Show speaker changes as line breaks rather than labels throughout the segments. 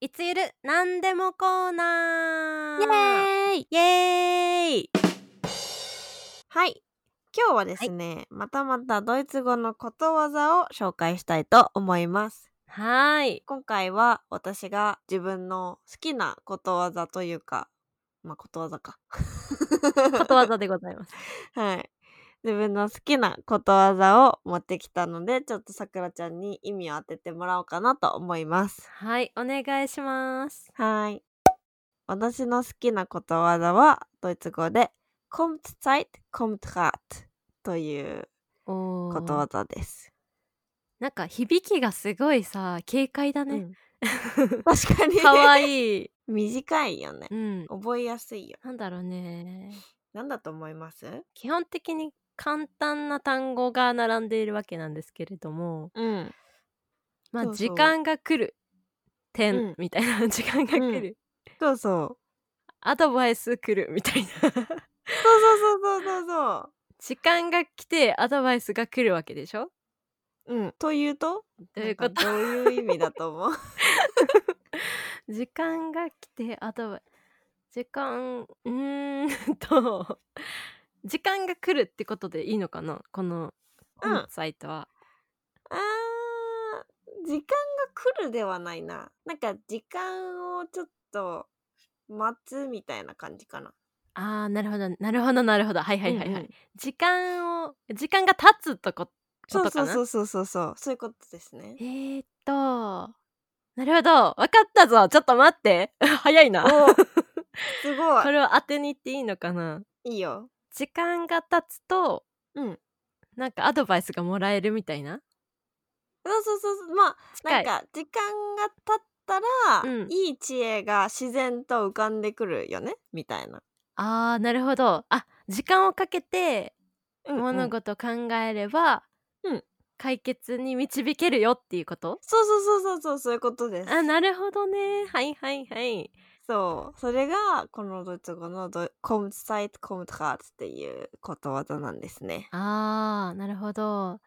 いつゆるなんでもコーナ
イエ
ー
ーイ
イエーイ
はい。今日はですね、またまたドイツ語のことわざを紹介したいと思います。
はー い
今回は私が自分の好きなことわざというか、まあことわざか。
ことわざでございます
はい。自分の好きなことわざを持ってきたので、ちょっとさくらちゃんに意味を当ててもらおうかなと思います。
はいお願いします
はい。私の好きなことわざは、ドイツ語で、kommt Zeit, kommt Rat という
お
ことわざです。
なんか響きがすごいさ軽快だね、
うん確かに。
かわい い
短いよね
う。ん
覚えやすいよ。
なんだろうね
なんだと思います
基本的に簡単な単語が並んでいるわけなんですけれども
うん。
まあ
そうそう
時間が来る点、
うん
みたいな 時間が来る、
そうそう。
アドバイス来るみたいな
そうそうそうそうそうそ
時間が来てアドバイスが来るわけでしょ
う。うん。というと
どういうこと
なんかどういう意味だと 思う
時間が来てアドバイ時間うーん と時間が来るってことでいいのかなこの
うん
オンサイトは、
あー時間が来るではないな。なんか時間をちょっと待つみたいな感じかな。
あーなるほどなるほどなるほどはいはいはいはい、
うんうん
時間を時間が経つとこことか
そう
な
そうそうそうそうそう。そういうことですね。
えー、っとなるほどわかったぞちょっと待って 早いな
おすご。
これを当てに行っていいのかない
いいよ。
時間が経つと
うん。
なんかアドバイスがもらえるみたいな
そうそうそうそう。まあ、
近
なん
い
か時間が経ったら、
うん
いい知恵が自然と浮かんでくるよねみたいな。
あーなるほどあ時間をかけて
うんうん
物事を考えれば、
うん
解決に導けるよっていうこと
そうそうそうそうそうそういうことです。
あなるほどねはいはいはい
そう。それがこのドイツ語のドコムサイトコムトカーツっていうことわざなんですね。
あーなるほど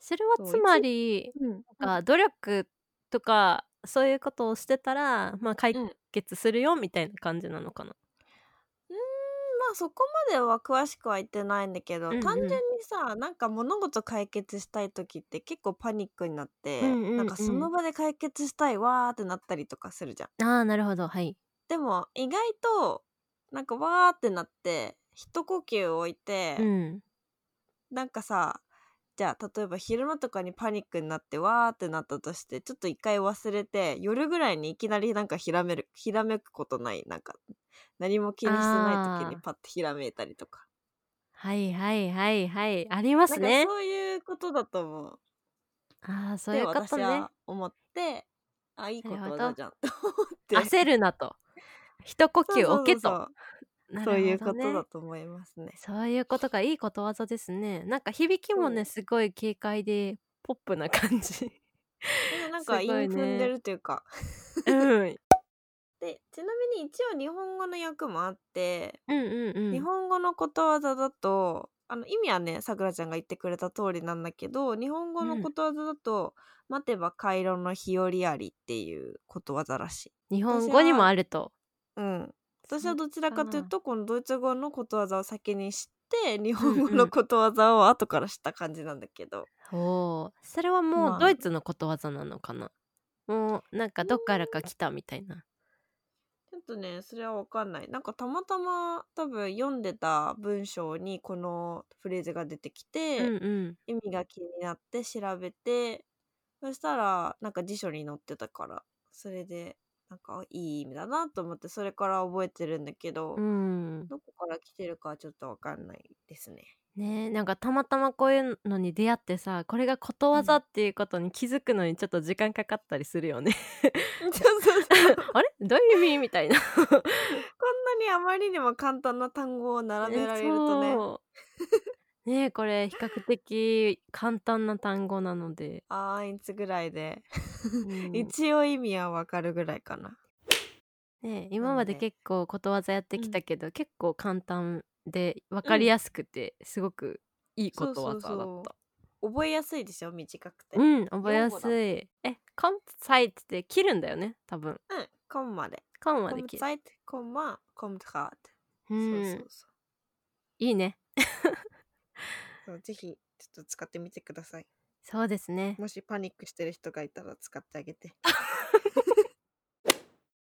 それ
そう
はつまり
うん。
なんか努力とかそういうことをしてたら、まあ、解
うん
決するよみたいな感じなのかな、
まあそこまでは詳しくは言ってないんだけど、
うんうん
単純にさなんか物事解決したい時って結構パニックになって、
うんうんうん
なんかその場で解決したいわーってなったりとかするじゃん。
ああなるほどはい
でも意外となんかわーってなって一呼吸置いて、
うん
なんかさじゃあ例えば昼間とかにパニックになってわーってなったとしてちょっと一回忘れて夜ぐらいにいきなりなんかひらめるひらめくことないなんか何も気にしてない時に
あー
パッとひらめいたりとか
はいはいはいはいありま
な
す
んか
ね
そういうことだと思う
ああそうい
で
うこと
私
ね
は思ってあいいこと
なるほど
だじゃんと思って
焦るなと一呼
そう
吸
そう
置けと
そうそうそういうことだ
ね
と思いますね
そういうことがいいことわざですねなんか響きもねすごい軽快でポップな感じ
でもなんか
す
韻
ごいね
踏んでると いうか
うん
でちなみに一応日本語の訳もあって、
うんうんうん
日本語のことわざだとあの意味はねさくらちゃんが言ってくれた通りなんだけど日本語のことわざだと「待てば回路の日和あり」っていうことわざらしい。
日本語にもあると
うん、私はどちらかという
そ
とこのドイツ語のことわざを先に知って日
う
本
ん
語のことわざを後から知った感じなんだけど、
おーそれはも
ま
う
あ
ドイツのことわざなのかな、もうなんかどっからか来たみたいな
ちょっとねそれは分かんないなんかたまたま多分読んでた文章にこのフレーズが出てきて、
うんうん
意味が気になって調べてそしたらなんか辞書に載ってたからそれでなんかいい意味だなと思ってそれから覚えてるんだけど、
うん
どこから来てるかはちょっとわかんないですね。
ねえなんかたまたまこういうのに出会ってさこれがことわざっていうことに気づくのにちょっと時間かかったりするよ ね
そうそうそうこん
あれどういう意味みたいな
なにあまりにも簡単な単語を並べられるとね
そう ねえこれ比較的簡単な単語なので、
あーいつぐ らいで、
うんね
一応意味はわかるぐらいかな。
え今まで
なので
結構ことわざやってきたけど、結構簡単で分かりやすくて、すごくいいことわざだった。
そううそう覚えやすいでしょ短くて。うん、
ん覚えやすい。え、コンサイトって切るんだよね、多分。
うん、コンマで。
コン
コ
はで
ム
きる
ザイト、コンマ、コムカーって。
う
そうそ
ん
うそう
いいね
そう。ぜひ、ちょっと使ってみてください。
そうですね
もしパニックしてる人がいたら使ってあげて。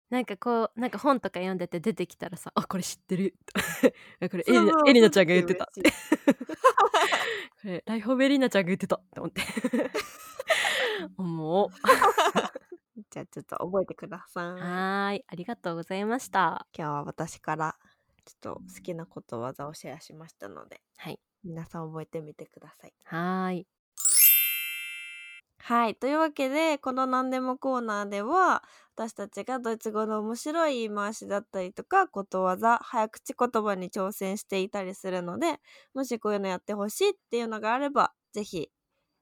なんかこうなんか本とか読んでて出てきたらさあこれ知ってるあ これエ
そう
リ
そう
ナエリナちゃんが言ってた
そう 嬉しい
これライフォベリーナちゃんが言ってたって思 って思う
じゃあちょっと覚えてください。
はーいありがとうございました
今日は私からちょっと好きなことわざをシェアしましたので、
はい、
皆さん覚えてみてください。
はーい
はいというわけでこの「何でもコーナー」では私たちがドイツ語の面白い言い回しだったりとかことわざ早口言葉に挑戦していたりするのでもしこういうのやってほしいっていうのがあればぜひ、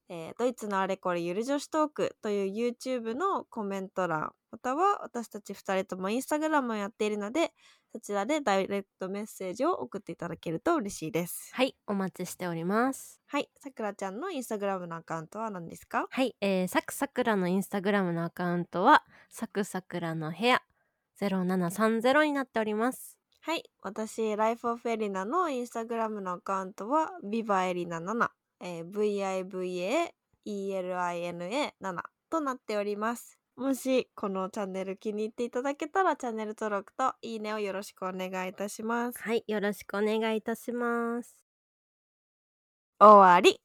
えードイツのあれこれゆる女子トーク」という YouTube のコメント欄または私たち2人とも Instagram をやっているのでそちらでダイレクトメッセージを送っていただけると嬉しいです。
はいお待ちしております
はいさくらちゃんの Instagram のアカウントは何ですか
はい、えー、サクサクラのインスタグラムのアカウントはサクサクラの部屋0730になっております。
はい。私、Life of Elina のインスタグラムのアカウントは、vivaelina7、えー、vivaelina7 となっております。もし、このチャンネル気に入っていただけたら、チャンネル登録といいねをよろしくお願いいたします。
はい、よろしくお願いいたします。
終わり